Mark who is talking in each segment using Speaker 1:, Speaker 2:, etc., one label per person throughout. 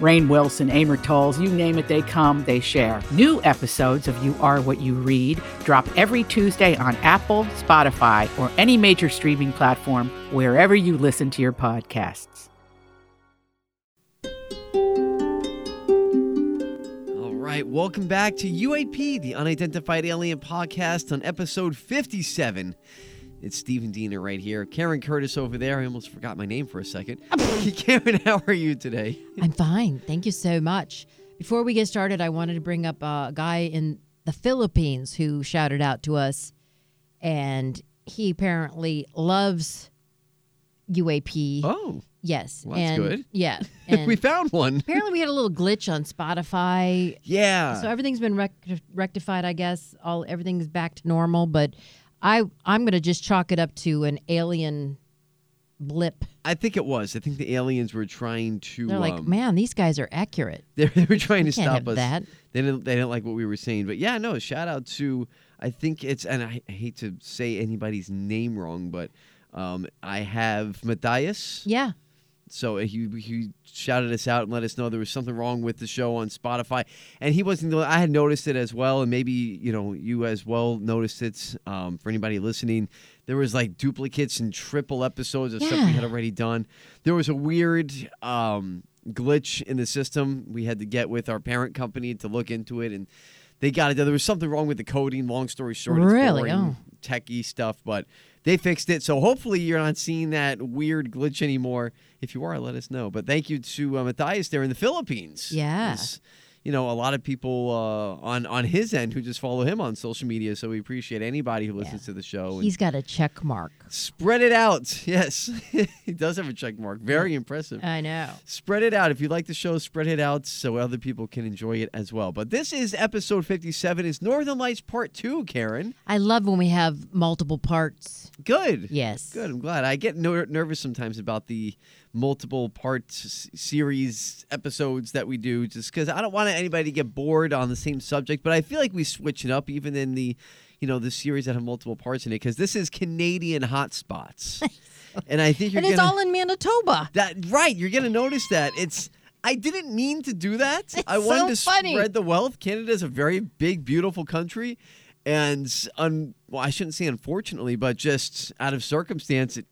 Speaker 1: Rain Wilson, Amor Tolls, you name it, they come, they share. New episodes of You Are What You Read drop every Tuesday on Apple, Spotify, or any major streaming platform wherever you listen to your podcasts.
Speaker 2: All right, welcome back to UAP, the Unidentified Alien Podcast, on episode 57. It's Stephen Diener right here, Karen Curtis over there. I almost forgot my name for a second. Karen, how are you today?
Speaker 3: I'm fine. Thank you so much. Before we get started, I wanted to bring up a guy in the Philippines who shouted out to us, and he apparently loves UAP.
Speaker 2: Oh,
Speaker 3: yes,
Speaker 2: well, that's
Speaker 3: and
Speaker 2: good.
Speaker 3: yeah, and
Speaker 2: we found one.
Speaker 3: apparently we had a little glitch on Spotify,
Speaker 2: Yeah.
Speaker 3: so everything's been rec- rectified. I guess all everything's back to normal, but I I'm gonna just chalk it up to an alien blip.
Speaker 2: I think it was. I think the aliens were trying to.
Speaker 3: They're like,
Speaker 2: um,
Speaker 3: man, these guys are accurate.
Speaker 2: they, they were trying to
Speaker 3: can't
Speaker 2: stop
Speaker 3: have
Speaker 2: us.
Speaker 3: that.
Speaker 2: They didn't. They didn't like what we were saying. But yeah, no. Shout out to. I think it's. And I, I hate to say anybody's name wrong, but um, I have Matthias.
Speaker 3: Yeah.
Speaker 2: So he he shouted us out and let us know there was something wrong with the show on Spotify, and he wasn't. the I had noticed it as well, and maybe you know you as well noticed it. Um, for anybody listening, there was like duplicates and triple episodes of stuff we had
Speaker 3: Yeah.
Speaker 2: already done. There was a weird um, glitch in the system. We had to get with our parent company to look into it, and they got it. done. There was something wrong with the coding. Long story short, it's
Speaker 3: Really?
Speaker 2: boring,
Speaker 3: Oh.
Speaker 2: techie stuff, but they fixed it. So hopefully you're not seeing that weird glitch anymore. If you are, let us know. But thank you to uh, Matthias there in the Philippines.
Speaker 3: Yeah.
Speaker 2: Yes. You know, a lot of people uh, on on his end who just follow him on social media. So we appreciate anybody who listens to the show. And
Speaker 3: He's got a check mark.
Speaker 2: spread it out. Yes, he does have a check mark. Very impressive.
Speaker 3: I know.
Speaker 2: Spread it out. If you like the show, spread it out so other people can enjoy it as well. But this is episode 57. It's Northern Lights Part 2, Karen.
Speaker 3: I love when we have multiple parts.
Speaker 2: Good.
Speaker 3: Yes.
Speaker 2: Good. I'm glad. I get ner- nervous sometimes about the multiple part s- series episodes that we do, just because I don't want anybody to get bored on the same subject. But I feel like we switch it up, even in the, you know, the series that have multiple parts in it, because this is Canadian hotspots, and I think you're
Speaker 3: and it's
Speaker 2: gonna
Speaker 3: all in Manitoba.
Speaker 2: that right. You're gonna notice that it's. I didn't mean to do that. I
Speaker 3: It's
Speaker 2: wanted
Speaker 3: so
Speaker 2: to
Speaker 3: funny.
Speaker 2: spread the wealth. Canada's a very big, beautiful country, and un- well, I shouldn't say unfortunately, but just out of circumstance, it,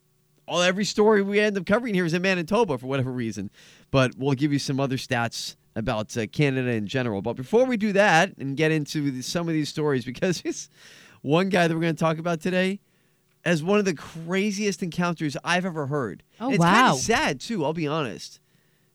Speaker 2: all every story we end up covering here is in Manitoba for whatever reason. But we'll give you some other stats about uh, Canada in general. But before we do that and get into the, some of these stories, because it's one guy that we're going to talk about today as one of the craziest encounters I've ever heard.
Speaker 3: Oh,
Speaker 2: And it's kind
Speaker 3: wow.
Speaker 2: of sad too. I'll be honest.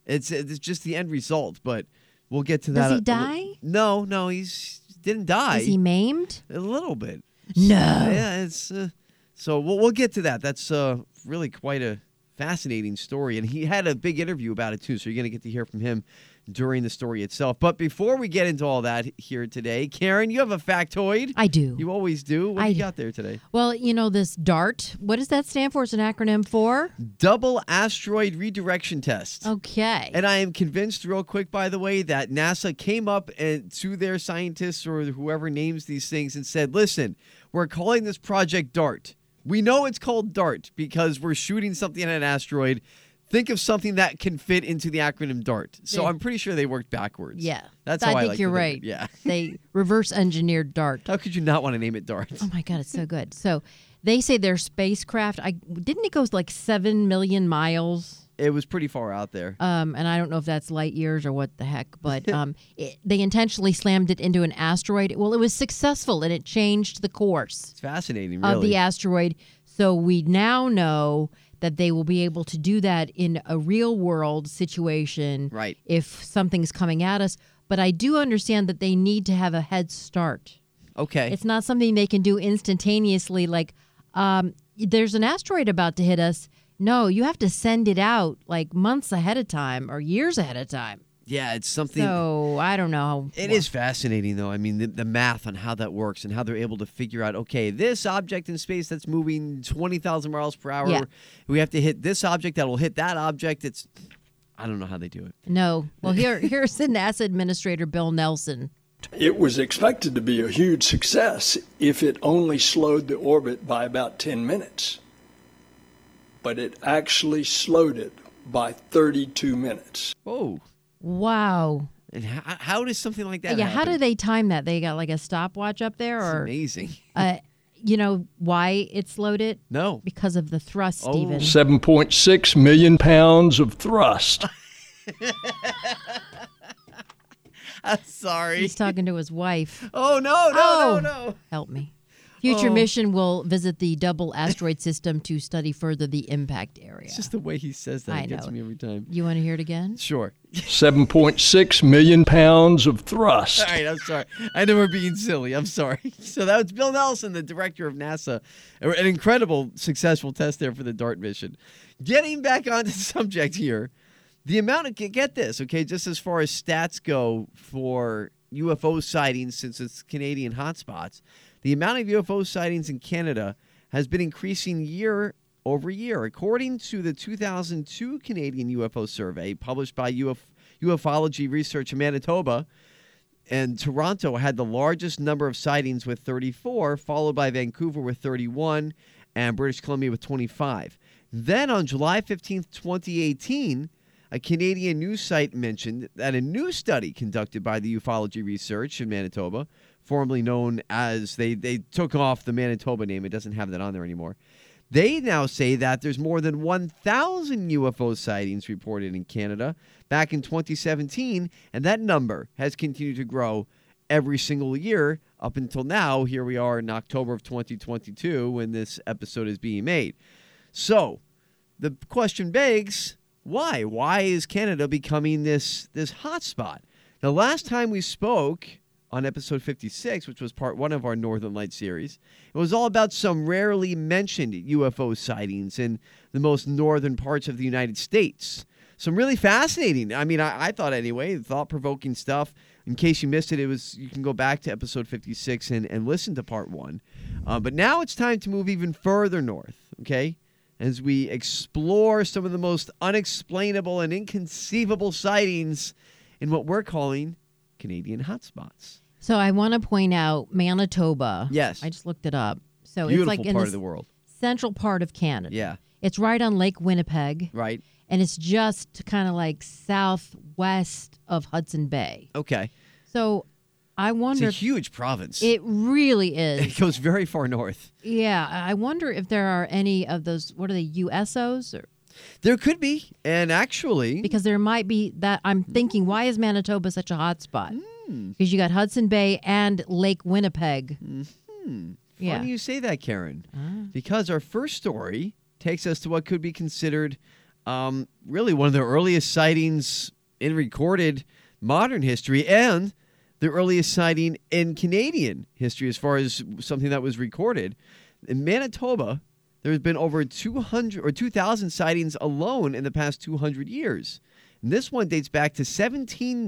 Speaker 2: It's it's just the end result, but we'll get to that.
Speaker 3: Does he
Speaker 2: a-
Speaker 3: die?
Speaker 2: No, no, he's didn't die.
Speaker 3: Is he maimed?
Speaker 2: a little bit.
Speaker 3: No.
Speaker 2: Yeah, it's uh, so we'll we'll get to that. That's uh, really quite a fascinating story, and he had a big interview about it too. So you're gonna get to hear from him during the story itself. But before we get into all that here today, Karen, you have a factoid.
Speaker 3: I do.
Speaker 2: you always do. What
Speaker 3: I
Speaker 2: do you
Speaker 3: do.
Speaker 2: got there today?
Speaker 3: well, you know, this DART, what does that stand for? It's an acronym for?
Speaker 2: double asteroid redirection test.
Speaker 3: Okay.
Speaker 2: And I am convinced, real quick, by the way, that NASA came up and to their scientists or whoever names these things and said, "Listen, we're calling this project DART. We know it's called DART because we're shooting something at an asteroid. Think of something that can fit into the acronym DART." So
Speaker 3: Yeah.
Speaker 2: I'm pretty sure they worked backwards.
Speaker 3: yeah.
Speaker 2: that's
Speaker 3: I
Speaker 2: how I,
Speaker 3: think
Speaker 2: like to
Speaker 3: you're
Speaker 2: think of
Speaker 3: right.
Speaker 2: it. Yeah.
Speaker 3: they reverse engineered DART.
Speaker 2: How could you not want to name it DART?
Speaker 3: Oh my God, it's so good. So they say their spacecraft, I didn't it go like 7 million miles?
Speaker 2: It was pretty far out there.
Speaker 3: um, and I don't know if that's light years or what the heck, but um, it, they intentionally slammed it into an asteroid. Well, it was successful and it changed the course
Speaker 2: It's fascinating,
Speaker 3: of the
Speaker 2: really.
Speaker 3: asteroid. So we now know that they will be able to do that in a real world situation
Speaker 2: Right.
Speaker 3: if something's coming at us. But I do understand that they need to have a head start.
Speaker 2: Okay.
Speaker 3: It's not something they can do instantaneously, like, um, there's an asteroid about to hit us. No, you have to send it out like months ahead of time or years ahead of time.
Speaker 2: yeah, it's something.
Speaker 3: So I don't know.
Speaker 2: It is fascinating, though. I mean, the, the math on how that works and how they're able to figure out okay, this object in space that's moving 20,000 miles per hour,
Speaker 3: Yeah.
Speaker 2: we have to hit this object that will hit that object. It's, I don't know how they do it.
Speaker 3: No. Well, here here's the NASA administrator Bill Nelson.
Speaker 4: It was expected to be a huge success if it only slowed the orbit by about 10 minutes. But it actually slowed it by 32 minutes.
Speaker 2: Whoa.
Speaker 3: Wow.
Speaker 2: And how, how does something like that
Speaker 3: yeah. How do
Speaker 2: happen?
Speaker 3: they time that? They got like a stopwatch up there,
Speaker 2: It's
Speaker 3: or
Speaker 2: amazing.
Speaker 3: uh, you know why it's loaded?
Speaker 2: No.
Speaker 3: Because of the thrust,
Speaker 2: Oh.
Speaker 3: Stephen.
Speaker 4: 7.6 million pounds of thrust.
Speaker 2: I'm sorry.
Speaker 3: He's talking to his wife.
Speaker 2: Oh, no, no,
Speaker 3: Oh.
Speaker 2: no, no.
Speaker 3: Help me.
Speaker 2: Oh.
Speaker 3: Future mission will visit the double asteroid system to study further the impact area.
Speaker 2: It's just the way he says that.
Speaker 3: I
Speaker 2: it gets
Speaker 3: know.
Speaker 2: me every time.
Speaker 3: You want to hear it again?
Speaker 2: Sure.
Speaker 4: 7.6 million pounds of thrust.
Speaker 2: All right, I'm sorry. I know we're being silly. I'm sorry. So that was Bill Nelson, the director of NASA. An incredible, successful test there for the DART mission. Getting back onto the subject here, the amount of get this, okay, just as far as stats go for UFO sightings since it's Canadian hotspots, the amount of UFO sightings in Canada has been increasing year over year. According to the 2002 Canadian UFO survey published by UF- Ufology Research in Manitoba, and Toronto had the largest number of sightings with 34, followed by Vancouver with 31 and British Columbia with 25. Then on July 15th, 2018, a Canadian news site mentioned that a new study conducted by the Ufology Research in Manitoba, formerly known as they they took off the Manitoba name, it doesn't have that on there anymore. They now say that there's more than 1,000 UFO sightings reported in Canada back in 2017, and that number has continued to grow every single year up until now. Here we are in October of 2022 when this episode is being made. So the question begs why? Why is Canada becoming this this hotspot? Now, last time we spoke on episode 56, which was part one of our Northern Light series, it was all about some rarely mentioned UFO sightings in the most northern parts of the United States. Some really fascinating. I mean, I, I thought anyway, thought provoking stuff. In case you missed it, it was you can go back to episode 56 and, and listen to part one. Uh, but now it's time to move even further north. Okay, as we explore some of the most unexplainable and inconceivable sightings in what we're calling Canadian hotspots.
Speaker 3: So I want to point out Manitoba.
Speaker 2: Yes.
Speaker 3: I just looked it up. So
Speaker 2: Beautiful
Speaker 3: it's like in
Speaker 2: part
Speaker 3: the
Speaker 2: of the world.
Speaker 3: central part of Canada.
Speaker 2: Yeah,
Speaker 3: It's right on Lake Winnipeg,
Speaker 2: right.
Speaker 3: and it's just kind of like southwest of Hudson Bay.
Speaker 2: Okay.
Speaker 3: So I
Speaker 2: It's
Speaker 3: wonder.
Speaker 2: a huge province.
Speaker 3: it really
Speaker 2: It
Speaker 3: is.
Speaker 2: goes very far north.
Speaker 3: yeah, I I wonder if there are any of those. What are they? USOs? Or,
Speaker 2: There could be, and actually,
Speaker 3: because there might be that. I'm thinking, why is Manitoba such a hot spot? Because you got Hudson Bay and Lake Winnipeg. Yeah.
Speaker 2: Why do you say that, Karen? Because our first story takes us to what could be considered um, really one of the earliest sightings in recorded modern history and the earliest sighting in Canadian history as far as something that was recorded. In Manitoba, there's been over 200 or 2,000 sightings alone in the past 200 years. And this one dates back to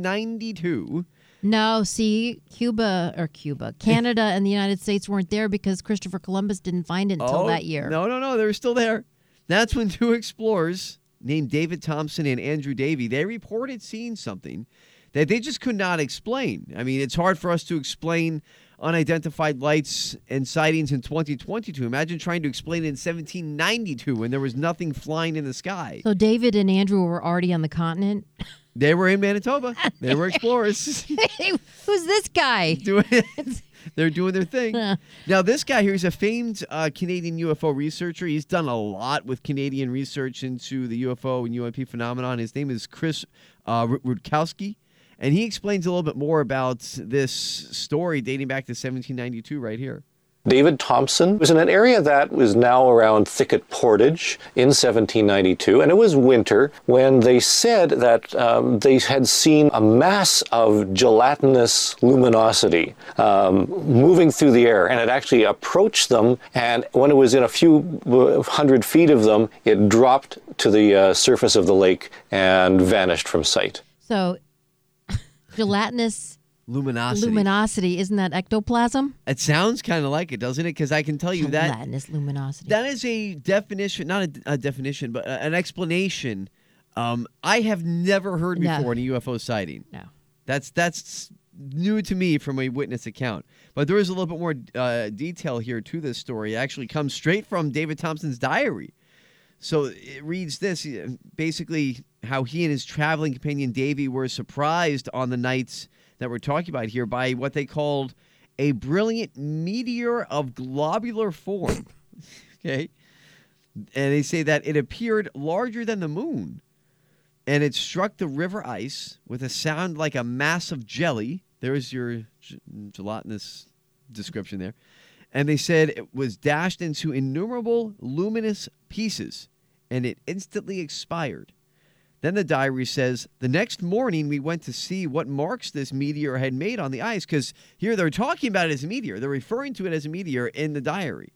Speaker 2: 1792.
Speaker 3: No, see, Cuba or Cuba, Canada and the United States weren't there because Christopher Columbus didn't find it until that year.
Speaker 2: Oh, No, no, no. They were still there. That's when two explorers named David Thompson and Andrew Davy, they reported seeing something that they just could not explain. I mean, it's hard for us to explain unidentified lights and sightings in 2022. Imagine trying to explain it in 1792 when there was nothing flying in the sky.
Speaker 3: So David and Andrew were already on the continent.
Speaker 2: They were in Manitoba. They were explorers.
Speaker 3: Who's this guy?
Speaker 2: doing they're doing their thing. now this guy here is a famed uh, Canadian UFO researcher. He's done a lot with Canadian research into the UFO and UAP phenomenon. His name is Chris uh, Ru- Rutkowski, and he explains a little bit more about this story dating back to 1792 right here.
Speaker 5: David Thompson was in an area that was now around Thicket Portage in 1792, and it was winter when they said that um, they had seen a mass of gelatinous luminosity um, moving through the air, and it actually approached them. And when it was in a few uh, hundred feet of them, it dropped to the uh, surface of the lake and vanished from sight.
Speaker 3: So, gelatinous
Speaker 2: Luminosity.
Speaker 3: luminosity, isn't that ectoplasm?
Speaker 2: It sounds kind of like it, doesn't it? Because I can tell you that
Speaker 3: gelatinous luminosity.
Speaker 2: that is a definition, not a, a definition, but a, an explanation. Um, I have never heard
Speaker 3: No.
Speaker 2: before in a UFO sighting.
Speaker 3: no.
Speaker 2: That's that's new to me from a witness account. But there is a little bit more uh, detail here to this story. It actually comes straight from David Thompson's diary. So it reads this uh, basically how he and his traveling companion Davy were surprised on the nights that we're talking about here by what they called a brilliant meteor of globular form. okay. And they say that it appeared larger than the moon and it struck the river ice with a sound like a mass of jelly. There's your g- gelatinous description there. And they said it was dashed into innumerable luminous pieces and it instantly expired. Then the diary says the next morning we went to see what marks this meteor had made on the ice because here they're talking about it as a meteor. They're referring to it as a meteor in the diary.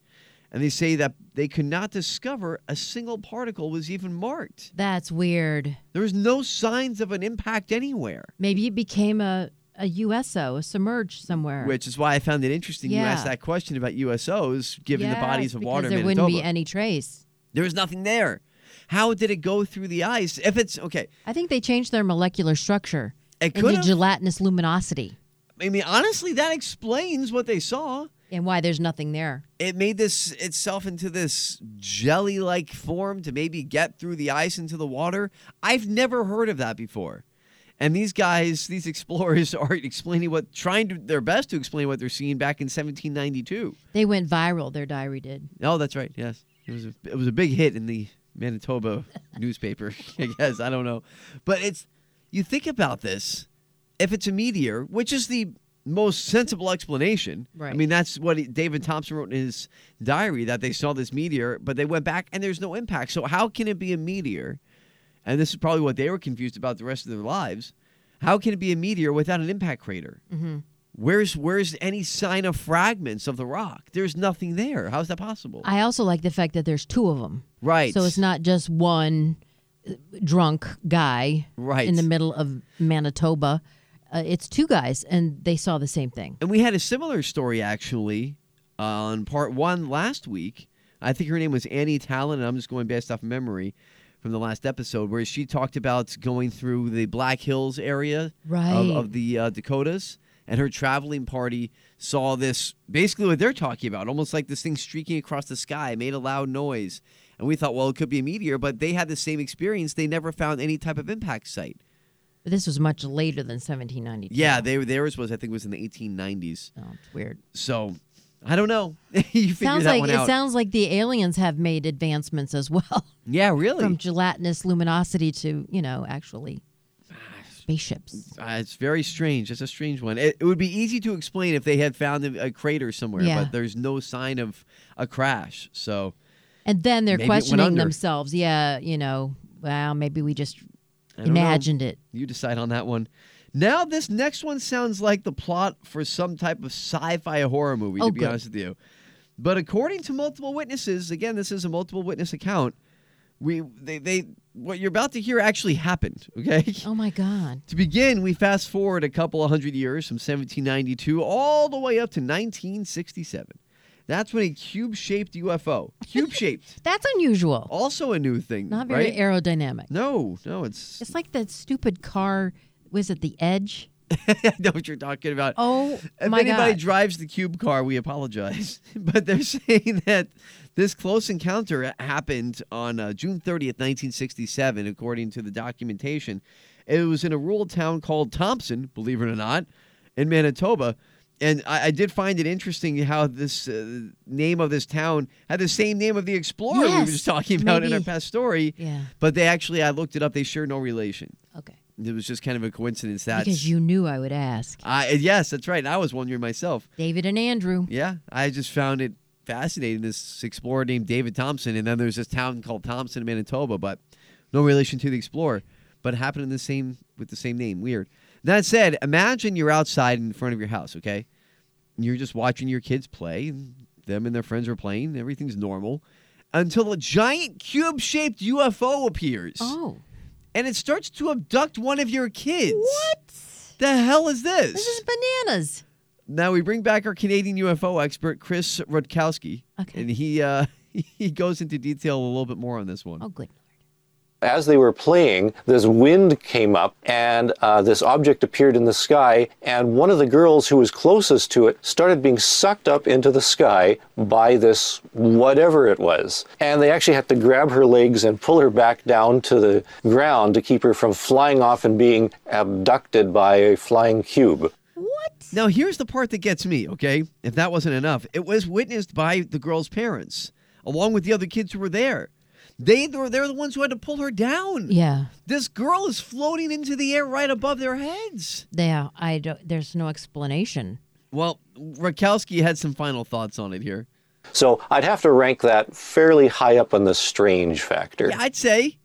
Speaker 2: And they say that they could not discover a single particle was even marked.
Speaker 3: That's weird.
Speaker 2: There was no signs of an impact anywhere,
Speaker 3: Maybe it became a, a USO, a submerge somewhere.
Speaker 2: which is why I found it interesting you asked
Speaker 3: Yeah.
Speaker 2: that question about USOs, given the bodies
Speaker 3: Yes,
Speaker 2: of water
Speaker 3: because
Speaker 2: in
Speaker 3: there wouldn't be
Speaker 2: Manitoba.
Speaker 3: any trace.
Speaker 2: there was nothing there. How did it go through the ice? If it's okay,
Speaker 3: I think they changed their molecular structure
Speaker 2: It
Speaker 3: into
Speaker 2: could've.
Speaker 3: gelatinous luminosity
Speaker 2: I mean, honestly, that explains what they saw.
Speaker 3: and why there's nothing there.
Speaker 2: It made this itself into this jelly-like form to maybe get through the ice into the water. I've never heard of that before. And these guys, these explorers, are explaining what, trying to, their best to explain what they're seeing back in 1792.
Speaker 3: They went viral, their diary did.
Speaker 2: Oh, that's right. Yes, it was a, it was a big hit in the Manitoba newspaper. I guess I don't know, but it's you think about this. If it's a meteor, which is the most sensible explanation, I
Speaker 3: Right.
Speaker 2: mean that's what he- David Thompson wrote in his diary that they saw this meteor, but they went back and there's no impact. So how can it be a meteor? And this is probably what they were confused about the rest of their lives. How can it be a meteor without an impact crater? Where's where's any sign of fragments of the rock? There's nothing there. How's that possible?
Speaker 3: I also like the fact that there's two of them.
Speaker 2: Right.
Speaker 3: So it's not just one uh, drunk guy
Speaker 2: Right.
Speaker 3: in the middle of Manitoba. Uh, it's two guys, and they saw the same thing.
Speaker 2: And we had a similar story actually on part one last week. I think her name was Annie Talon, and I'm just going based off memory from the last episode, where she talked about going through the Black Hills area
Speaker 3: Right.
Speaker 2: of, of the uh, Dakotas, and her traveling party saw this basically what they're talking about, almost like this thing streaking across the sky, made a loud noise. And we thought, well, it could be a meteor, but they had the same experience. They never found any type of impact site.
Speaker 3: But this was much later than 1792.
Speaker 2: Yeah, they, theirs was, I think, it was in the 1890s.
Speaker 3: Oh, it's weird.
Speaker 2: So I don't know. you figure
Speaker 3: Sounds
Speaker 2: that
Speaker 3: like
Speaker 2: one
Speaker 3: it
Speaker 2: out.
Speaker 3: sounds like the aliens have made advancements as well,
Speaker 2: yeah, really.
Speaker 3: from gelatinous luminosity to you know actually spaceships.
Speaker 2: Uh, it's very strange. It's a strange one. It, it would be easy to explain if they had found a, a crater somewhere,
Speaker 3: Yeah.
Speaker 2: but there's no sign of a crash. So
Speaker 3: And then they're
Speaker 2: Maybe it went
Speaker 3: questioning
Speaker 2: under.
Speaker 3: themselves. Yeah, you know, well, maybe we just
Speaker 2: I don't know.
Speaker 3: imagined it.
Speaker 2: You decide on that one. Now this next one sounds like the plot for some type of sci-fi horror movie.
Speaker 3: Oh,
Speaker 2: to be
Speaker 3: good.
Speaker 2: honest with you, but according to multiple witnesses, again, this is a multiple witness account. We they, they what you're about to hear actually happened. Okay.
Speaker 3: Oh my god.
Speaker 2: To begin, we fast forward a couple of hundred years from 1792 all the way up to 1967. That's when a cube shaped UFO, cube shaped,
Speaker 3: That's unusual.
Speaker 2: also a new thing.
Speaker 3: Not very
Speaker 2: right?
Speaker 3: aerodynamic.
Speaker 2: No, no, it's.
Speaker 3: It's like that stupid car was at the edge.
Speaker 2: I know what you're talking about.
Speaker 3: Oh
Speaker 2: if
Speaker 3: my
Speaker 2: anybody
Speaker 3: god.
Speaker 2: drives the cube car, we apologize. but they're saying that this close encounter happened on uh, June 30th, 1967, according to the documentation. It was in a rural town called Thompson, believe it or not, in Manitoba. And I, I did find it interesting how this uh, name of this town had the same name of the explorer we were
Speaker 3: Yes,
Speaker 2: just talking about in our
Speaker 3: maybe.
Speaker 2: past story.
Speaker 3: Yeah.
Speaker 2: But they actually, I looked it up, they share no relation.
Speaker 3: okay.
Speaker 2: It was just kind of a coincidence that.
Speaker 3: because you knew I would ask.
Speaker 2: I, yes, that's right. I was wondering myself.
Speaker 3: David and Andrew.
Speaker 2: Yeah, I just found it fascinating. This explorer named David Thompson, and then there's this town called Thompson, in Manitoba, but no relation to the explorer, but it happened in the same with the same name. Weird. That said, imagine you're outside in front of your house, okay? And You're just watching your kids play, and them and their friends are playing, everything's normal, until a giant cube shaped UFO appears.
Speaker 3: Oh,
Speaker 2: And it starts to abduct one of your kids. What? The hell is this?
Speaker 3: this is bananas.
Speaker 2: Now we bring back our Canadian UFO expert Chris Rutkowski,
Speaker 3: Okay.
Speaker 2: and he uh, he goes into detail a little bit more on this one.
Speaker 3: Oh, good.
Speaker 5: As they were playing, this wind came up and uh, this object appeared in the sky. And one of the girls who was closest to it started being sucked up into the sky by this whatever it was. And they actually had to grab her legs and pull her back down to the ground to keep her from flying off and being abducted by a flying cube.
Speaker 2: Now here's the part that gets me. Okay, if that wasn't enough, it was witnessed by the girl's parents, along with the other kids who were there. They were they're the ones who had to pull her down.
Speaker 3: Yeah,
Speaker 2: This girl is floating into the air right above their heads.
Speaker 3: yeah. I don't. There's no explanation.
Speaker 2: Well, Rutkowski had some final thoughts on it here.
Speaker 5: So I'd have to rank that fairly high up on the strange factor.
Speaker 2: Yeah, I'd say.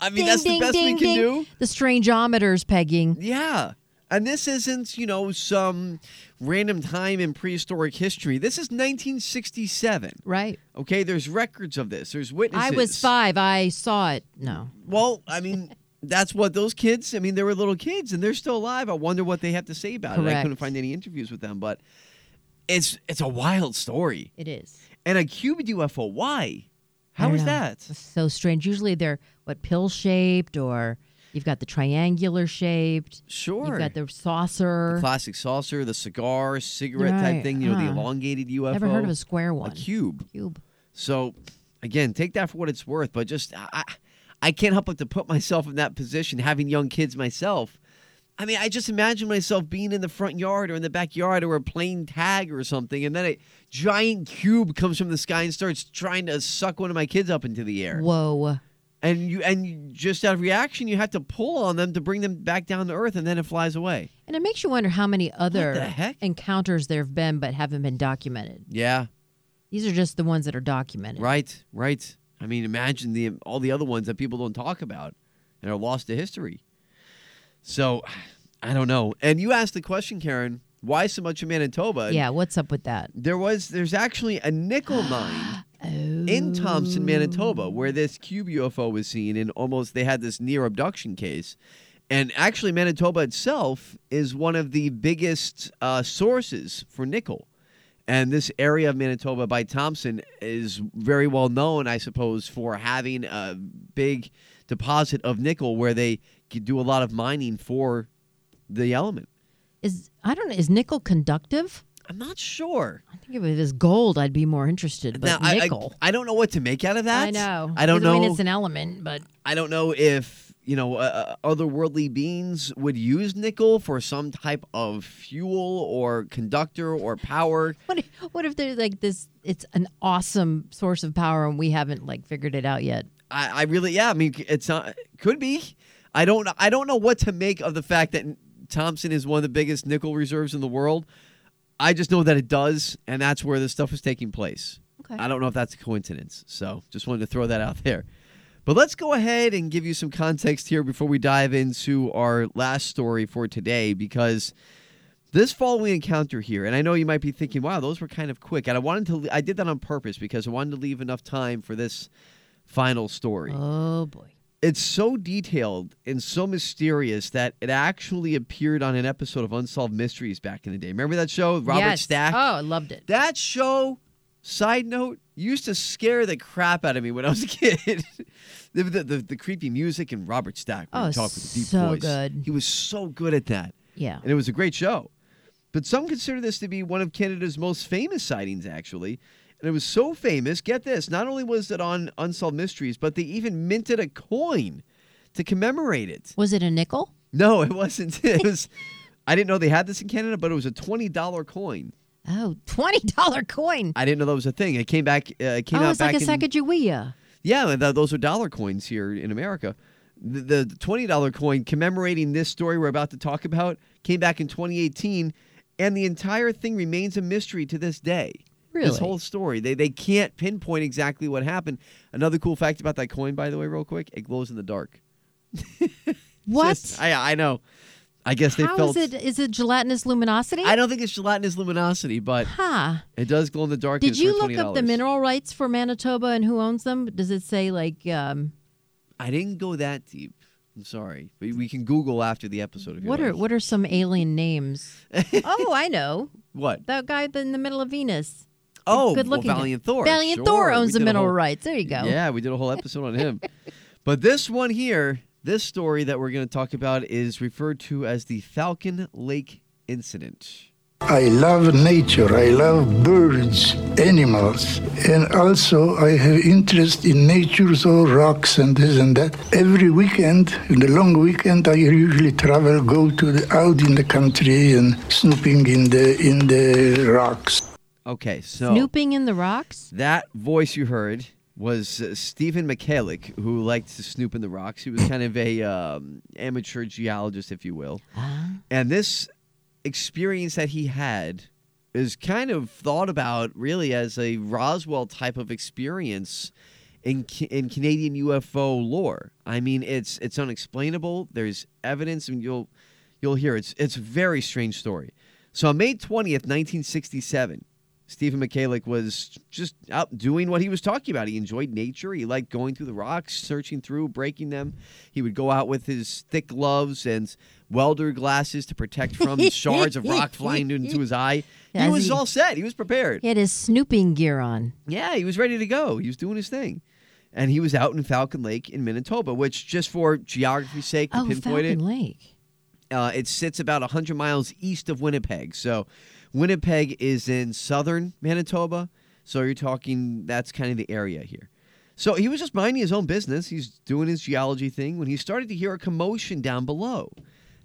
Speaker 2: I mean, that's the best we can do.
Speaker 3: The strangeometers pegging.
Speaker 2: Yeah. And this isn't, you know, some random time in prehistoric history. This is 1967.
Speaker 3: Right.
Speaker 2: Okay, there's records of this. There's witnesses.
Speaker 3: I was five. I saw it. No.
Speaker 2: Well, I mean, that's what those kids, I mean, they were little kids and they're still alive. I wonder what they have to say about it. I couldn't
Speaker 3: Correct.
Speaker 2: find any interviews with them, but it's it's a wild story.
Speaker 3: It is.
Speaker 2: And a cubed UFO, why?
Speaker 3: I
Speaker 2: How
Speaker 3: don't
Speaker 2: is
Speaker 3: know.
Speaker 2: that?
Speaker 3: It's so strange. Usually they're what pill shaped or you've got the triangular shaped.
Speaker 2: Sure.
Speaker 3: You've got the saucer.
Speaker 2: classic saucer, the cigar, cigarette type
Speaker 3: Right,
Speaker 2: thing, you know, the
Speaker 3: huh.
Speaker 2: elongated UFO.
Speaker 3: Never heard of a square one.
Speaker 2: a cube.
Speaker 3: Cube.
Speaker 2: So, again, take that for what it's worth. But just I, I- I can't help but to put myself in that position, having young kids myself. I mean, I just imagine myself being in the front yard or in the backyard or playing tag or something, and then a giant cube comes from the sky and starts trying to suck one of my kids up into the air.
Speaker 3: Whoa.
Speaker 2: And you and you, just out of reaction, you have to pull on them to bring them back down to earth, and then it flies away.
Speaker 3: And it makes you wonder how many
Speaker 2: the
Speaker 3: other
Speaker 2: heck?
Speaker 3: encounters there have been but haven't been documented.
Speaker 2: Yeah,
Speaker 3: These are just the ones that are documented.
Speaker 2: right, right. I mean, imagine the all the other ones that people don't talk about and are lost to history. So I don't know. And you asked the question, Karen, why so much in Manitoba? And
Speaker 3: Yeah, what's up with that?
Speaker 2: There was there's actually a nickel mine in Thompson, Manitoba, where this cube UFO was seen and almost they had this near abduction case. And actually Manitoba itself is one of the biggest uh, sources for nickel. And this area of Manitoba by Thompson is very well known, I suppose, for having a big deposit of nickel where they could do a lot of mining for the element.
Speaker 3: Is I don't know, is nickel conductive?
Speaker 2: I'm not sure.
Speaker 3: I think if it was gold I'd be more interested, but
Speaker 2: Now, I-
Speaker 3: nickel.
Speaker 2: I, I, don't know what to make out of that.
Speaker 3: I know.
Speaker 2: I don't
Speaker 3: I mean,
Speaker 2: know.
Speaker 3: it's an element, but
Speaker 2: I don't know if you know uh, uh, otherworldly beings would use nickel for some type of fuel or conductor or power.
Speaker 3: What if, what if there's like this? It's an awesome source of power, and we haven't like figured it out yet.
Speaker 2: I, I really, yeah. I mean, it's not could be. I don't. I don't know what to make of the fact that Thompson is one of the biggest nickel reserves in the world. I just know that it does, and that's where this stuff is taking place.
Speaker 3: Okay.
Speaker 2: I don't know if that's a coincidence. So just wanted to throw that out there. But let's go ahead and give you some context here before we dive into our last story for today, because this following encounter here, and I know you might be thinking, "Wow, those were kind of quick," and I wanted to. I did that on purpose because I wanted to leave enough time for this final story
Speaker 3: Oh boy!
Speaker 2: it's so detailed and so mysterious that it actually appeared on an episode of Unsolved Mysteries back in the day. Remember that show, Robert
Speaker 3: yes.
Speaker 2: Stack?
Speaker 3: Oh, I loved it.
Speaker 2: That show, side note, used to scare the crap out of me when I was a kid. the, the, the, the creepy music and Robert Stack. when he
Speaker 3: Oh,
Speaker 2: talked with a deep
Speaker 3: so
Speaker 2: voice.
Speaker 3: good.
Speaker 2: He was so good at that,
Speaker 3: Yeah.
Speaker 2: and it was a great show. But some consider this to be one of Canada's most famous sightings, actually. And it was so famous, get this, not only was it on Unsolved Mysteries, but they even minted a coin to commemorate it.
Speaker 3: Was it a nickel?
Speaker 2: No, it wasn't. It was, I didn't know they had this in Canada, but it was a $20 coin.
Speaker 3: Oh, twenty dollar coin.
Speaker 2: I didn't know that was a thing. It came back. Uh, it came
Speaker 3: oh,
Speaker 2: out
Speaker 3: it's
Speaker 2: back
Speaker 3: like a
Speaker 2: in,
Speaker 3: Sacagawea.
Speaker 2: Yeah, th- those are dollar coins here in America. the, the $20 coin commemorating this story we're about to talk about came back in 2018, and the entire thing remains a mystery to this day.
Speaker 3: Really?
Speaker 2: This whole story. They, they can't pinpoint exactly what happened. Another cool fact about that coin, by the way, real quick it glows in the dark.
Speaker 3: What?
Speaker 2: Just- I, I know. I guess they
Speaker 3: How is
Speaker 2: felt.
Speaker 3: it? Is it gelatinous luminosity?
Speaker 2: I don't think it's gelatinous luminosity, but
Speaker 3: Huh.
Speaker 2: it does glow in the dark. and
Speaker 3: Did
Speaker 2: it's
Speaker 3: you
Speaker 2: for
Speaker 3: look up the
Speaker 2: $20.
Speaker 3: mineral rights for Manitoba and who owns them? Does it say like um,
Speaker 2: I didn't go that deep. I'm sorry. But we can Google after the episode. If you
Speaker 3: what are
Speaker 2: like.
Speaker 3: what are some alien names? oh, I know
Speaker 2: What?
Speaker 3: that guy in the middle of Venus.
Speaker 2: Oh,
Speaker 3: Good
Speaker 2: well,
Speaker 3: looking. guy.
Speaker 2: Valiant Thor.
Speaker 3: Valiant
Speaker 2: Sure.
Speaker 3: Thor
Speaker 2: We
Speaker 3: owns the
Speaker 2: did a
Speaker 3: mineral
Speaker 2: whole-
Speaker 3: rights. There you go.
Speaker 2: Yeah, we did a whole episode on him. but this one here, this story that we're going to talk about is referred to as the Falcon Lake incident.
Speaker 6: I love nature, I love birds, animals, and also I have interest in nature, so rocks and this and that. Every weekend, in the long weekend, I usually travel, go to the, out in the country and snooping in the in the rocks.
Speaker 2: Okay, so
Speaker 3: Snooping in the rocks.
Speaker 2: that voice you heard was uh, Stephen Michalik, who liked to snoop in the rocks. He was kind of a um, amateur geologist, if you will. And this experience that he had is kind of thought about really as a Roswell type of experience in ca- in Canadian UFO lore. I mean, it's it's unexplainable. There's evidence, and you'll you'll hear it's it's a very strange story. So on May twentieth, nineteen sixty seven. Stephen Michalik was just out doing what he was talking about. He enjoyed nature. He liked going through the rocks, searching through, breaking them. He would go out with his thick gloves and welder glasses to protect from shards of rock flying into his eye. He
Speaker 3: As
Speaker 2: was
Speaker 3: he-
Speaker 2: all set. He was prepared.
Speaker 3: He had his snooping gear on.
Speaker 2: Yeah, he was ready to go. He was doing his thing. And he was out in Falcon Lake in Manitoba, which, just for geography's sake, to
Speaker 3: Oh,
Speaker 2: pinpoint
Speaker 3: Falcon
Speaker 2: it,
Speaker 3: Lake.
Speaker 2: uh, it sits about 100 miles east of Winnipeg. So Winnipeg is in southern Manitoba. So you're talking, that's kind of the area here. So he was just minding his own business. He's doing his geology thing when he started to hear a commotion down below.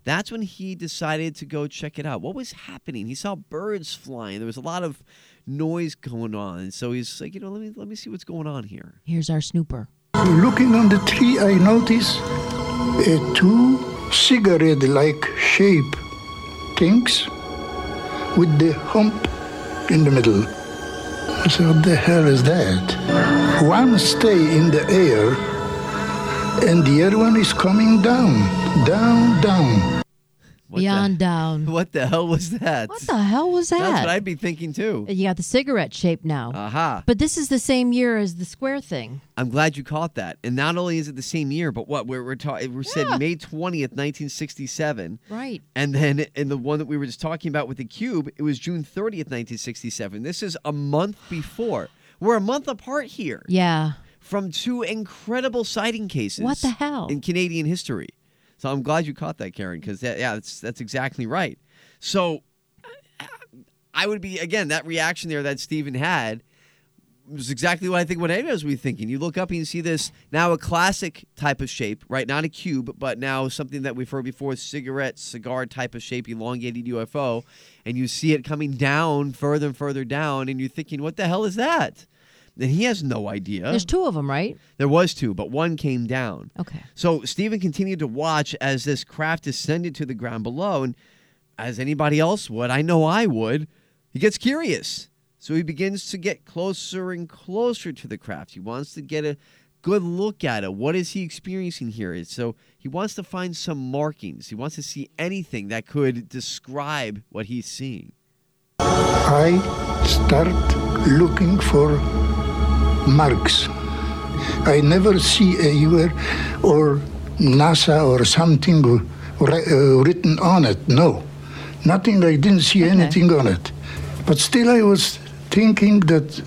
Speaker 2: That's when he decided to go check it out. What was happening? He saw birds flying. There was a lot of noise going on. So he's like, you know, let me let me see what's going on here.
Speaker 3: Here's our snooper.
Speaker 6: Looking on the tree, I notice uh, two cigarette-like shape things with the hump in the middle. I said, what the hell is that? One stay in the air, and the other one is coming down, down, down.
Speaker 2: What the-
Speaker 3: Beyond down.
Speaker 2: what the hell was that?
Speaker 3: What the hell was that?
Speaker 2: That's what Uh. I'd be thinking too.
Speaker 3: You got the cigarette shape now.
Speaker 2: Aha.
Speaker 3: but this is the same year as the square thing.
Speaker 2: I'm glad you caught that. And not only is it the same year, but what we're we're talking we said May 20th, 1967.
Speaker 3: Right.
Speaker 2: And then in the one that we were just talking about with the cube, it was June 30th, 1967. This is a month before. We're a month apart here
Speaker 3: Yeah.
Speaker 2: from two incredible sighting cases.
Speaker 3: What the hell?
Speaker 2: In Canadian history. So I'm glad you caught that, Karen, because that, yeah, that's that's exactly right. So uh, I would be again that reaction there that Stephen had was exactly what I think what any of us would be thinking. You look up and you see this now a classic type of shape, right? Not a cube, but now something that we've heard before, cigarette, cigar type of shape, elongated UFO, and you see it coming down further and further down, and you're thinking, what the hell is that? Then he has no idea.
Speaker 3: There's two of them, right?
Speaker 2: There was two, but one came down.
Speaker 3: Okay.
Speaker 2: So Stephen continued to watch as this craft descended to the ground below, and as anybody else would, I know I would, he gets curious. So he begins to get closer and closer to the craft. He wants to get a good look at it. What is he experiencing here? So he wants to find some markings. He wants to see anything that could describe what he's seeing.
Speaker 6: I start looking for marks. I never see anywhere or NASA or something wri- uh, written on it. No, nothing. I didn't see anything on it. But still, I was thinking that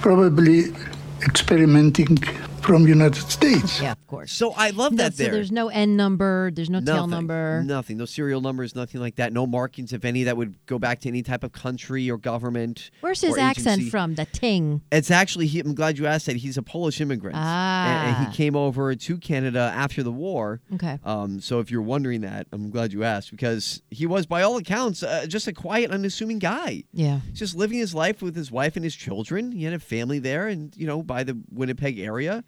Speaker 6: probably experimenting from United States.
Speaker 3: Yeah, of course.
Speaker 2: So I love that
Speaker 3: so
Speaker 2: there.
Speaker 3: there's no N number, there's no tail number.
Speaker 2: Nothing. No serial numbers, nothing like that. No markings of any that would go back to any type of country or government.
Speaker 3: Where's his
Speaker 2: or
Speaker 3: accent
Speaker 2: agency.
Speaker 3: from? The ting.
Speaker 2: It's actually, he, I'm glad you asked that. He's a Polish immigrant. And, and
Speaker 3: Ah.
Speaker 2: he came over to Canada after the war.
Speaker 3: Okay.
Speaker 2: Um, so if you're wondering that, I'm glad you asked because he was, by all accounts, uh, just a quiet, unassuming guy.
Speaker 3: Yeah.
Speaker 2: He's just living his life with his wife and his children. He had a family there and, you know, by the Winnipeg area.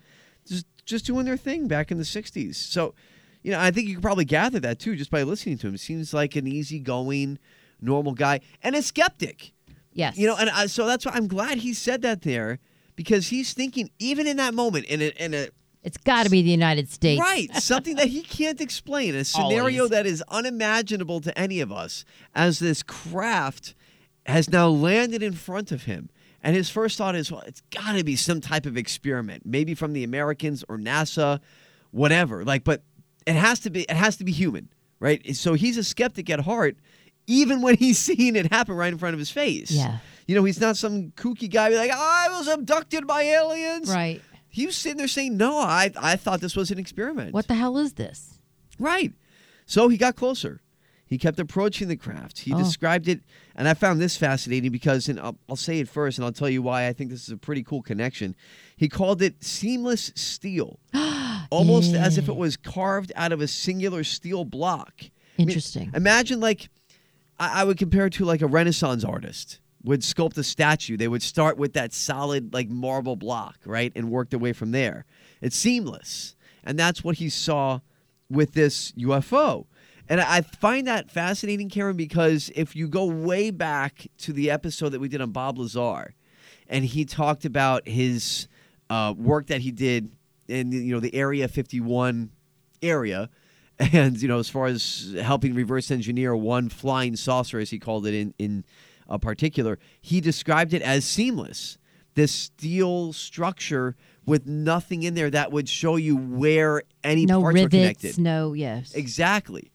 Speaker 2: Just just doing their thing back in the 60s. So, you know, I think you could probably gather that too just by listening to him. Seems like an easygoing, normal guy and a skeptic.
Speaker 3: Yes.
Speaker 2: You know, and I, so that's why I'm glad he said that there because he's thinking even in that moment in a, in a
Speaker 3: it's got to be the United States.
Speaker 2: right something that he can't explain, a scenario
Speaker 3: Always.
Speaker 2: that is unimaginable to any of us as this craft has now landed in front of him. And his first thought is, well, it's got to be some type of experiment, maybe from the Americans or NASA, whatever. Like, but it has to be it has to be human, right? So he's a skeptic at heart even when he's seeing it happen right in front of his face.
Speaker 3: Yeah.
Speaker 2: You know, he's not some kooky guy like, I was abducted by aliens.
Speaker 3: Right.
Speaker 2: He was sitting there saying, No, I, I thought this was an experiment.
Speaker 3: What the hell is this?
Speaker 2: Right. So he got closer. He kept approaching the craft. He
Speaker 3: Oh.
Speaker 2: described it, and I found this fascinating because, and I'll, I'll say it first, and I'll tell you why I think this is a pretty cool connection. He called it seamless steel, almost as if it was carved out of a singular steel block. I mean,
Speaker 3: Interesting.
Speaker 2: imagine like I, I would compare it to like a Renaissance artist would sculpt a statue. They would start with that solid like marble block, right, and work their way from there. It's seamless, and that's what he saw with this UFO. And I I find that fascinating, Karen, because if you go way back to the episode that we did on Bob Lazar, and he talked about his uh, work that he did in you know the Area 51 area, and you know as far as helping reverse engineer one flying saucer as he called it in in uh, particular, he described it as seamless. This steel structure with nothing in there that would show you where any
Speaker 3: No
Speaker 2: parts were connected.
Speaker 3: rivets. No. Yes.
Speaker 2: Exactly.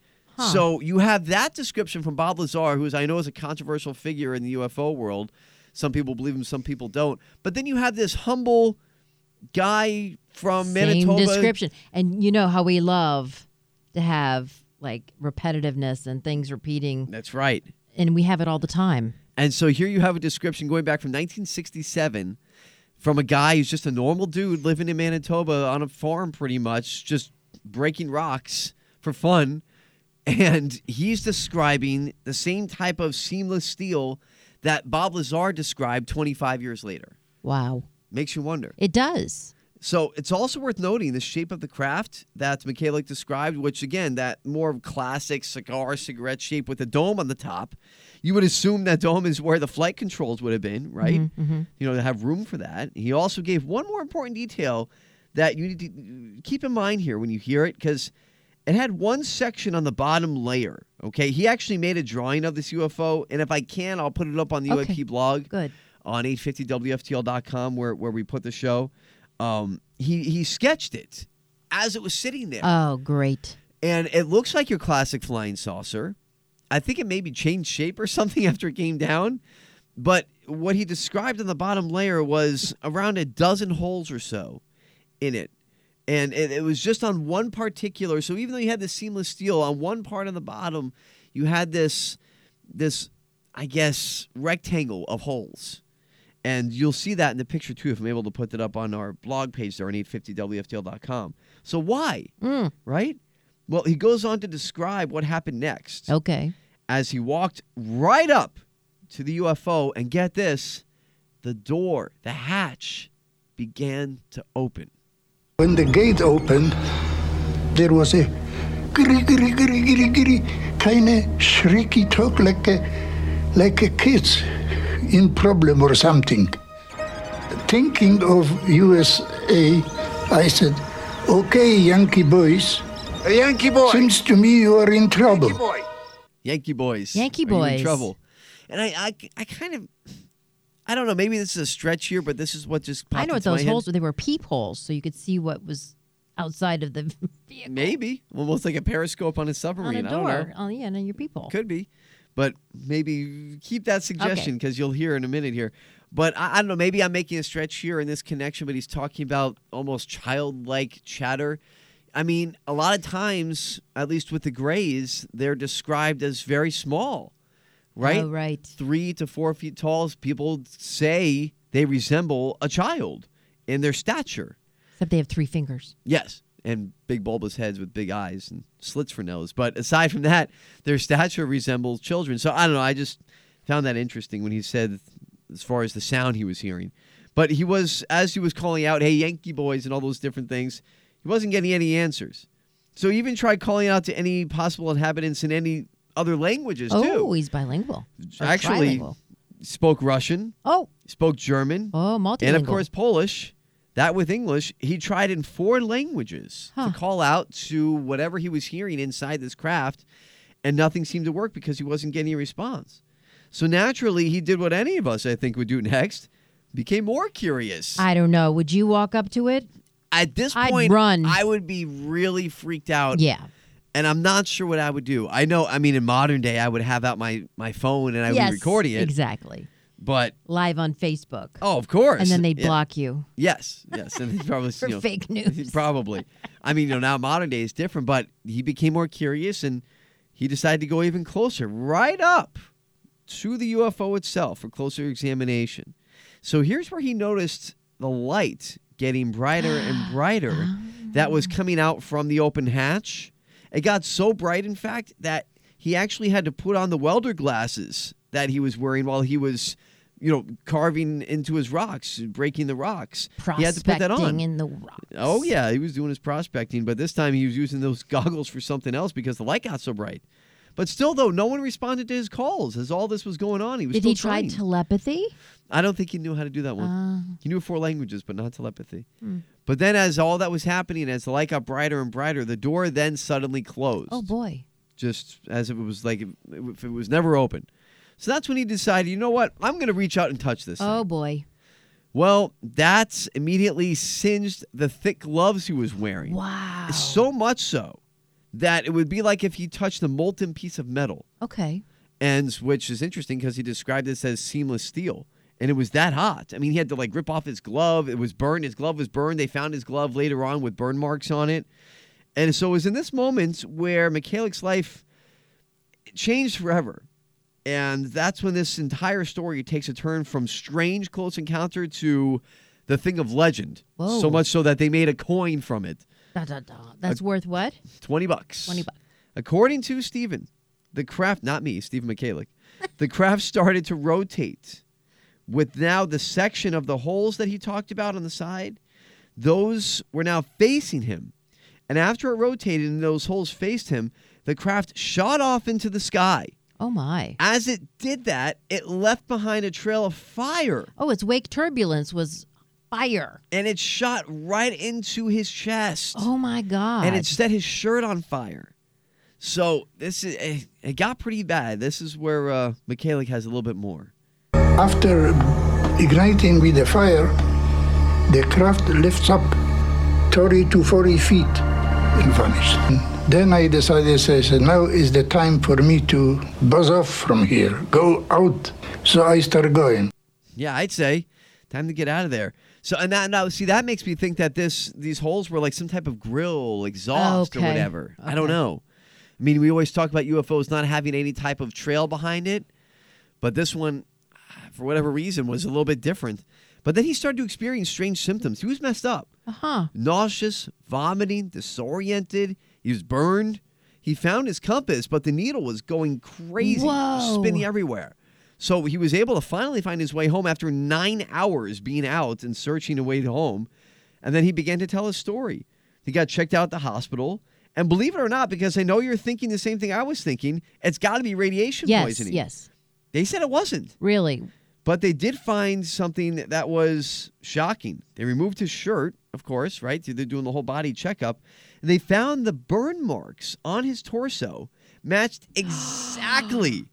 Speaker 2: So you have that description from Bob Lazar, who, as I know, is a controversial figure in the UFO world. Some people believe him, some people don't. But then you have this humble guy from Manitoba.
Speaker 3: Same description. And you know how we love to have like repetitiveness and things repeating,
Speaker 2: That's right.
Speaker 3: and we have it all the time.
Speaker 2: And so here you have a description going back from 1967 from a guy who's just a normal dude living in Manitoba on a farm, pretty much, just breaking rocks for fun. And he's describing the same type of seamless steel that Bob Lazar described 25 years later.
Speaker 3: Wow.
Speaker 2: Makes you wonder.
Speaker 3: It does.
Speaker 2: So it's also worth noting the shape of the craft that Michalik described, which again, that more classic cigar cigarette shape with a dome on the top. You would assume that dome is where the flight controls would have been, right? You know, to have room for that. He also gave one more important detail that you need to keep in mind here when you hear it, because it had one section on the bottom layer. Okay, he actually made a drawing of this UFO, and if I can, I'll put it up on the
Speaker 3: Okay.
Speaker 2: UAP blog
Speaker 3: Good.
Speaker 2: on 850wftl.com where, where we put the show. Um, he, he sketched it as it was sitting there.
Speaker 3: Oh, great.
Speaker 2: and it looks like your classic flying saucer. I think it maybe changed shape or something after it came down. But what he described on the bottom layer was around a dozen holes or so in it. And it, it was just on one particular. So even though you had the seamless steel on one part on the bottom, you had this, this, I guess, rectangle of holes. And you'll see that in the picture too if I'm able to put that up on our blog page there on 850wftl.com. So why? Right? Well, he goes on to describe what happened next
Speaker 3: Okay.
Speaker 2: as he walked right up to the UFO. And get this the door, the hatch began to open.
Speaker 6: When the gate opened, there was a giri giri giri giri giri kind of shrieky talk like a like a kids in problem or something. Thinking of USA, I said, "Okay, Yankee boys,
Speaker 7: Yankee boy.
Speaker 6: seems to me you are in trouble."
Speaker 2: Yankee boys.
Speaker 3: Yankee
Speaker 2: are you
Speaker 3: boys.
Speaker 2: in trouble. And I, I, I kind of, I don't know, maybe this is a stretch here, but this is what just popped
Speaker 3: I know what
Speaker 2: into my
Speaker 3: those
Speaker 2: head.
Speaker 3: holes were. They were peepholes, so you could see what was outside of the vehicle
Speaker 2: Maybe. Almost like a periscope on a
Speaker 3: on
Speaker 2: submarine.
Speaker 3: a
Speaker 2: I don't know.
Speaker 3: door. Oh, yeah, and your peephole.
Speaker 2: Could be, but maybe keep that suggestion because you'll hear in a minute here. But I, I don't know. Maybe I'm making a stretch here in this connection, but he's talking about almost childlike chatter. I mean, a lot of times, at least with the Greys, they're described as very small, right?
Speaker 3: Oh, right.
Speaker 2: Three to four feet tall. People say they resemble a child in their stature.
Speaker 3: Except they have three fingers.
Speaker 2: Yes, and big bulbous heads with big eyes and slits for nose. But aside from that, their stature resembles children. So I don't know. I just found that interesting when he said, as far as the sound he was hearing. But he was, as he was calling out, "Hey, Yankee boys!" and all those different things. He wasn't getting any answers. So he even tried calling out to any possible inhabitants in any other languages
Speaker 3: Oh,
Speaker 2: too.
Speaker 3: he's bilingual. Or
Speaker 2: Actually-
Speaker 3: trilingual.
Speaker 2: Spoke Russian,
Speaker 3: Oh,
Speaker 2: spoke German,
Speaker 3: oh, multilingual.
Speaker 2: and of course Polish. That with English, he tried in four languages
Speaker 3: Huh.
Speaker 2: to call out to whatever he was hearing inside this craft, and nothing seemed to work because he wasn't getting a response. So naturally, he did what any of us, I think, would do next: became more curious.
Speaker 3: I don't know. Would you walk up to it?
Speaker 2: At this
Speaker 3: I'd
Speaker 2: point,
Speaker 3: run.
Speaker 2: I would be really freaked out.
Speaker 3: Yeah.
Speaker 2: and I'm not sure what I would do. I know, I mean, in modern day, I would have out my my phone and I would
Speaker 3: yes,
Speaker 2: be recording it.
Speaker 3: Exactly.
Speaker 2: But
Speaker 3: Live on Facebook.
Speaker 2: oh, of course.
Speaker 3: and then they'd
Speaker 2: Yeah.
Speaker 3: block you
Speaker 2: Yes, yes, and he probably
Speaker 3: for
Speaker 2: you know,
Speaker 3: fake news.
Speaker 2: Probably. I mean, you know, now modern day is different, but he became more curious and he decided to go even closer, right up to the UFO itself for closer examination. So here's where he noticed the light getting brighter and brighter that was
Speaker 3: Oh.
Speaker 2: coming out from the open hatch. It got so bright, in fact, that he actually had to put on the welder glasses that he was wearing while he was, you know, carving into his rocks, breaking the rocks. He had to put that on.
Speaker 3: Prospecting in the rocks.
Speaker 2: Oh yeah, he was doing his prospecting, but this time he was using those goggles for something else because the light got so bright. But still, though, no one responded to his calls as all this was going on. He was
Speaker 3: Did
Speaker 2: still
Speaker 3: he try
Speaker 2: trying.
Speaker 3: telepathy?
Speaker 2: I don't think he knew how to do that one.
Speaker 3: Uh,
Speaker 2: He knew four languages, but not telepathy.
Speaker 3: Hmm.
Speaker 2: But then, as all that was happening, as the light got brighter and brighter, the door then suddenly closed.
Speaker 3: oh boy.
Speaker 2: Just as if it was like if it was never open. So that's when he decided, you know what? I'm going to reach out and touch this.
Speaker 3: Oh
Speaker 2: thing.
Speaker 3: boy.
Speaker 2: Well, that's immediately singed the thick gloves he was wearing.
Speaker 3: Wow.
Speaker 2: So much so that it would be like if he touched a molten piece of metal,
Speaker 3: okay.
Speaker 2: and which is interesting because he described this as seamless steel. And it was that hot. I mean, he had to like rip off his glove. It was burned. His glove was burned. They found his glove later on with burn marks on it. And so it was in this moment where Michaelik's life changed forever. And that's when this entire story takes a turn from strange close encounter to the thing of legend.
Speaker 3: Whoa.
Speaker 2: So much so that they made a coin from it.
Speaker 3: Da, da, da. That's worth what?
Speaker 2: 20 bucks.
Speaker 3: 20 bucks.
Speaker 2: According to Stephen, the craft, not me, Stephen Michalik, the craft started to rotate with now the section of the holes that he talked about on the side. Those were now facing him. And after it rotated and those holes faced him, the craft shot off into the sky.
Speaker 3: Oh my.
Speaker 2: As it did that, it left behind a trail of fire
Speaker 3: Oh, its wake turbulence was fire.
Speaker 2: and it shot right into his chest.
Speaker 3: Oh my god.
Speaker 2: and it set his shirt on fire. So this is it, it got pretty bad. This is where uh, Michalik has a little bit more.
Speaker 6: After igniting with the fire, the craft lifts up 30 to 40 feet and vanished. Then I decided, I said, now is the time for me to buzz off from here, go out. So I start going.
Speaker 2: Yeah, I'd say time to get out of there. So and that now see that makes me think that this these holes were like some type of grill exhaust
Speaker 3: Okay.
Speaker 2: or whatever. I don't
Speaker 3: Okay.
Speaker 2: know. I mean, we always talk about UFOs not having any type of trail behind it, but this one, for whatever reason, was a little bit different. But then he started to experience strange symptoms. He was messed up.
Speaker 3: huh.
Speaker 2: nauseous, vomiting, disoriented. He was burned. He found his compass, but the needle was going crazy,
Speaker 3: Whoa.
Speaker 2: spinning everywhere. So he was able to finally find his way home after nine hours being out and searching a way to home. And then he began to tell his story. He got checked out at the hospital. And believe it or not, because I know you're thinking the same thing I was thinking, it's got to be radiation
Speaker 3: Yes.
Speaker 2: poisoning.
Speaker 3: Yes.
Speaker 2: They said it wasn't.
Speaker 3: Really.
Speaker 2: But they did find something that was shocking. They removed his shirt, of course, right? They're doing the whole body checkup. And they found the burn marks on his torso matched exactly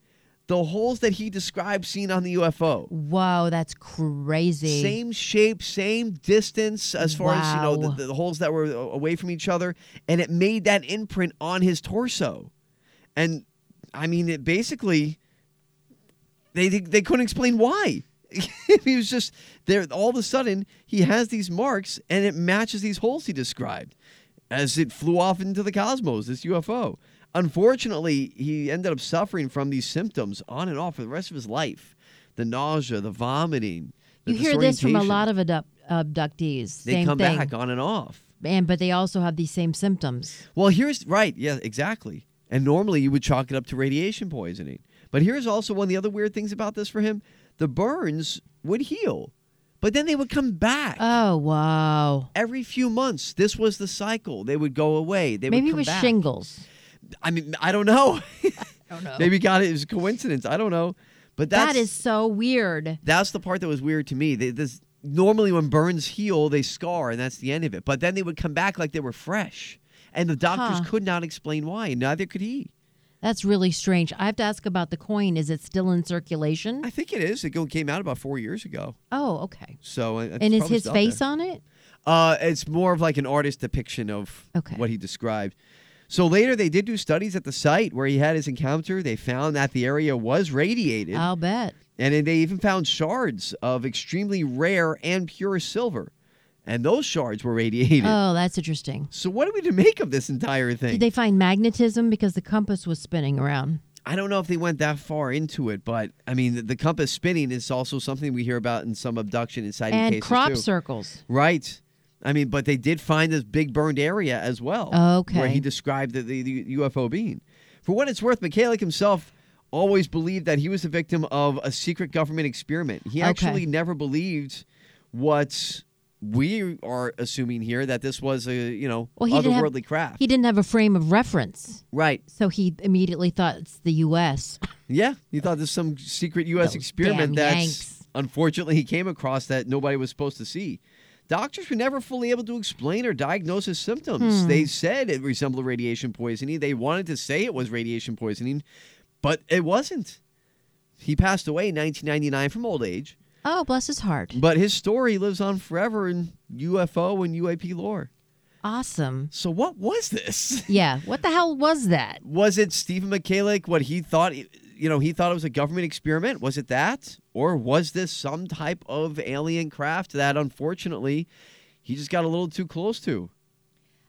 Speaker 2: the holes that he described seeing on the UFO.
Speaker 3: Wow, that's crazy.
Speaker 2: Same shape, same distance as far as you know
Speaker 3: Wow.
Speaker 2: the, the holes that were a- away from each other, and it made that imprint on his torso. And I mean, it basically they they, they couldn't explain why. he was just there. All of a sudden, he has these marks, and it matches these holes he described as it flew off into the cosmos. This UFO. Unfortunately, he ended up suffering from these symptoms on and off for the rest of his life. The nausea, the vomiting. the
Speaker 3: You hear this from a
Speaker 2: disorientation.
Speaker 3: lot of abduct- abductees.
Speaker 2: They
Speaker 3: same
Speaker 2: come
Speaker 3: thing.
Speaker 2: back on and off.
Speaker 3: and but they also have these same symptoms.
Speaker 2: Well, here's right. Yeah, exactly. And normally you would chalk it up to radiation poisoning. But here's also one of the other weird things about this for him the burns would heal. But then they would come back
Speaker 3: Oh, wow.
Speaker 2: every few months. This was the cycle. They would go away. They
Speaker 3: Maybe
Speaker 2: would
Speaker 3: it
Speaker 2: come
Speaker 3: was
Speaker 2: back.
Speaker 3: shingles.
Speaker 2: I mean, I don't know.
Speaker 3: don't know.
Speaker 2: Maybe God it was a coincidence. I don't know. But that's,
Speaker 3: That is so weird.
Speaker 2: that's the part that was weird to me. They, this normally when burns heal, they scar, and that's the end of it. But then they would come back like they were fresh, and the doctors
Speaker 3: Huh.
Speaker 2: could not explain why, and neither could he.
Speaker 3: That's really strange. I have to ask about the coin. Is it still in circulation?
Speaker 2: I think it is. It go- came out about four years ago.
Speaker 3: Oh, okay.
Speaker 2: So uh, it's
Speaker 3: and is
Speaker 2: probably
Speaker 3: his
Speaker 2: still out there.
Speaker 3: face on it?
Speaker 2: Uh, it's more of like an artist depiction of
Speaker 3: Okay.
Speaker 2: what he described. So later they did do studies at the site where he had his encounter. They found that the area was radiated,
Speaker 3: I'll bet.
Speaker 2: and then they even found shards of extremely rare and pure silver, and those shards were radiated.
Speaker 3: Oh, that's interesting.
Speaker 2: so what are we to make of this entire thing?
Speaker 3: Did they find magnetism because the compass was spinning around?
Speaker 2: I don't know if they went that far into it, but I mean the, the compass spinning is also something we hear about in some abduction and sighting
Speaker 3: and
Speaker 2: cases
Speaker 3: crop
Speaker 2: too.
Speaker 3: circles.
Speaker 2: Right. I mean, but they did find this big burned area as well. Where
Speaker 3: Okay.
Speaker 2: he described the, the, the UFO being. For what it's worth, Mikhailik himself always believed that he was the victim of a secret government experiment. He
Speaker 3: Okay.
Speaker 2: actually never believed what we are assuming here that this was a, you know,
Speaker 3: Well, he didn't have-
Speaker 2: otherworldly craft.
Speaker 3: He didn't have a frame of reference,
Speaker 2: right.
Speaker 3: so he immediately thought it's the U.S.
Speaker 2: Yeah, he thought there's some secret U.S.
Speaker 3: Those damn
Speaker 2: experiment
Speaker 3: Yanks.
Speaker 2: that unfortunately he came across that nobody was supposed to see. Doctors were never fully able to explain or diagnose his
Speaker 3: Hmm.
Speaker 2: symptoms. They said it resembled radiation poisoning. They wanted to say it was radiation poisoning, but it wasn't. He passed away in 1999 from old age,
Speaker 3: Oh, bless his heart.
Speaker 2: but his story lives on forever in UFO and UAP lore.
Speaker 3: Awesome.
Speaker 2: So, what was this?
Speaker 3: Yeah. What the hell was that?
Speaker 2: was it Stephen Michalik? What he thought, you know, he thought it was a government experiment. Was it that, or was this some type of alien craft that, unfortunately, he just got a little too close to?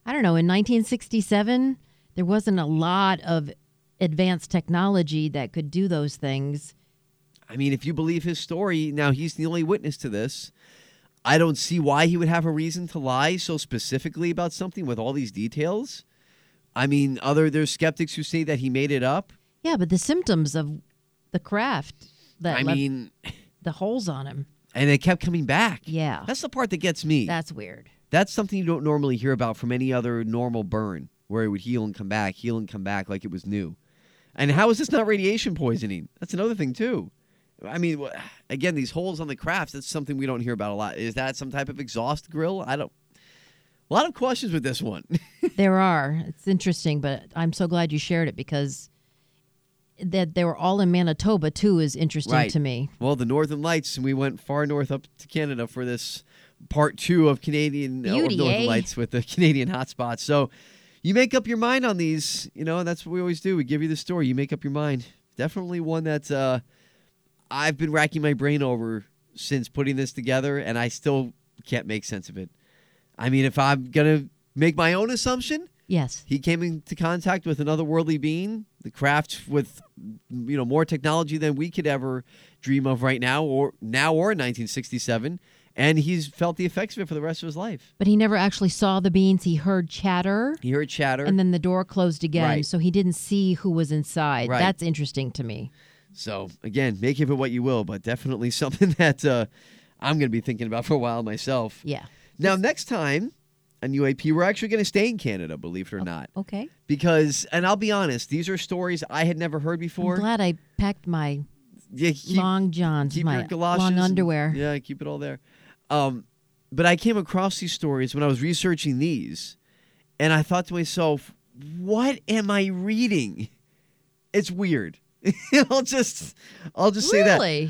Speaker 3: I don't know. In 1967, there wasn't a lot of advanced technology that could do those things.
Speaker 2: I mean, if you believe his story, now he's the only witness to this. I don't see why he would have a reason to lie so specifically about something with all these details. I mean, other there's skeptics who say that he made it up.
Speaker 3: Yeah, but the symptoms of the craft that
Speaker 2: I
Speaker 3: left
Speaker 2: mean,
Speaker 3: the holes on him.
Speaker 2: and it kept coming back.
Speaker 3: Yeah.
Speaker 2: that's the part that gets me.
Speaker 3: That's weird.
Speaker 2: That's something you don't normally hear about from any other normal burn, where it would heal and come back, heal and come back like it was new. And how is this not radiation poisoning? That's another thing too. I mean, wh- again, these holes on the crafts. That's something we don't hear about a lot. Is that some type of exhaust grill? I don't. A lot of questions with this one.
Speaker 3: There are. It's interesting, but I'm so glad you shared it because that they were all in Manitoba too is interesting to me.
Speaker 2: Well, the Northern Lights, and we went far north up to Canada for this part two of Canadian uh, or
Speaker 3: Beauty,
Speaker 2: Northern
Speaker 3: eh?
Speaker 2: Lights with the Canadian hotspots. So you make up your mind on these, you know, and that's what we always do. We give you the story, you make up your mind. Definitely one that uh, I've been racking my brain over since putting this together, and I still can't make sense of it. I mean, if I'm going to make my own assumption,
Speaker 3: Yes.
Speaker 2: he came into contact with another worldly being the craft with you know more technology than we could ever dream of right now or now or in 1967 and he's felt the effects of it for the rest of his life
Speaker 3: But he never actually saw the beans. He heard chatter
Speaker 2: he heard chatter
Speaker 3: and then the door closed again,
Speaker 2: Right.
Speaker 3: so he didn't see who was inside.
Speaker 2: Right.
Speaker 3: That's interesting to me.
Speaker 2: so again make of it what you will but definitely something that uh, i'm going to be thinking about for a while myself
Speaker 3: Yeah.
Speaker 2: now next time on uap we're actually going to stay in canada believe it or
Speaker 3: Oh.
Speaker 2: not
Speaker 3: Okay.
Speaker 2: because and i'll be honest these are stories i had never heard before
Speaker 3: I'm glad I packed my
Speaker 2: yeah, keep-
Speaker 3: long johns,
Speaker 2: keep
Speaker 3: my
Speaker 2: your galoshes
Speaker 3: long
Speaker 2: and-
Speaker 3: underwear.
Speaker 2: yeah, keep it all there. Um, but I came across these stories when I was researching these, and I thought to myself, "What am I reading? It's weird." I'll just, I'll just say that
Speaker 3: really?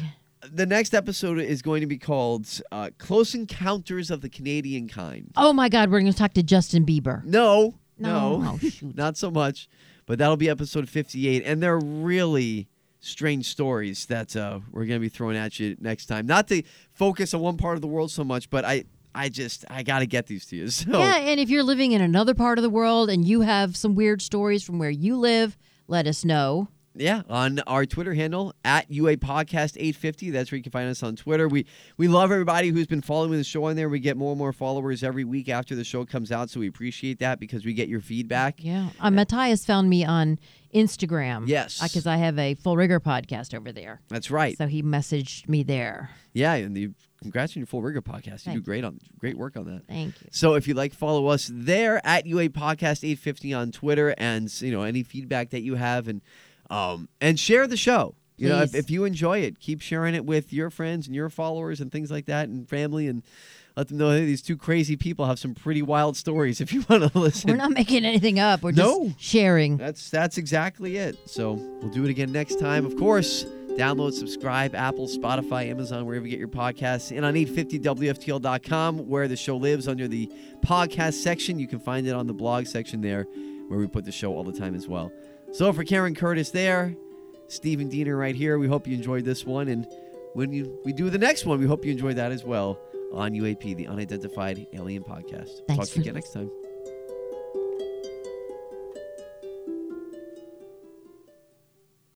Speaker 2: the next episode is going to be called uh, "Close Encounters of the Canadian Kind."
Speaker 3: Oh my God, we're going to talk to Justin Bieber.
Speaker 2: No,
Speaker 3: No.
Speaker 2: no,
Speaker 3: Oh, shoot.
Speaker 2: not so much. But that'll be episode 58. And they're really strange stories that uh, we're going to be throwing at you next time. Not to focus on one part of the world so much, but I, I just, I got to get these to you. So,
Speaker 3: Yeah, and if you're living in another part of the world and you have some weird stories from where you live, let us know.
Speaker 2: yeah, on our Twitter handle, at UA Podcast 850. That's where you can find us on Twitter. We, we love everybody who's been following the show on there. We get more and more followers every week after the show comes out. So we appreciate that because we get your feedback.
Speaker 3: Yeah. Uh, Matthias found me on Instagram. Uh,
Speaker 2: Yes.
Speaker 3: Because I have a Full Rigor podcast over there.
Speaker 2: That's right.
Speaker 3: So he messaged me there.
Speaker 2: Yeah, and you Congrats on your Full Rigor podcast. You do
Speaker 3: Thank you.
Speaker 2: great on great work on that.
Speaker 3: Thank you.
Speaker 2: So if you'd like, follow us there at UA Podcast 850 on Twitter, and you know any feedback that you have, and um and share the show. You know, if,
Speaker 3: Please.
Speaker 2: if you enjoy it, keep sharing it with your friends and your followers and things like that, and family, and let them know hey, these two crazy people have some pretty wild stories. If you want to listen,
Speaker 3: We're not making anything up. We're
Speaker 2: No.
Speaker 3: just sharing.
Speaker 2: that's that's exactly it. So we'll do it again next time. Of course, download, subscribe, Apple, Spotify, Amazon, wherever you get your podcasts. And on 850WFTL.com, where the show lives under the podcast section. You can find it on the blog section there, where we put the show all the time as well. So for Karen Curtis there, Stephen Diener right here, we hope you enjoyed this one. And when you, we do the next one, we hope you enjoy that as well on UAP, the Unidentified Alien Podcast.
Speaker 3: Thanks
Speaker 2: Talk to
Speaker 3: for-
Speaker 2: you again next time.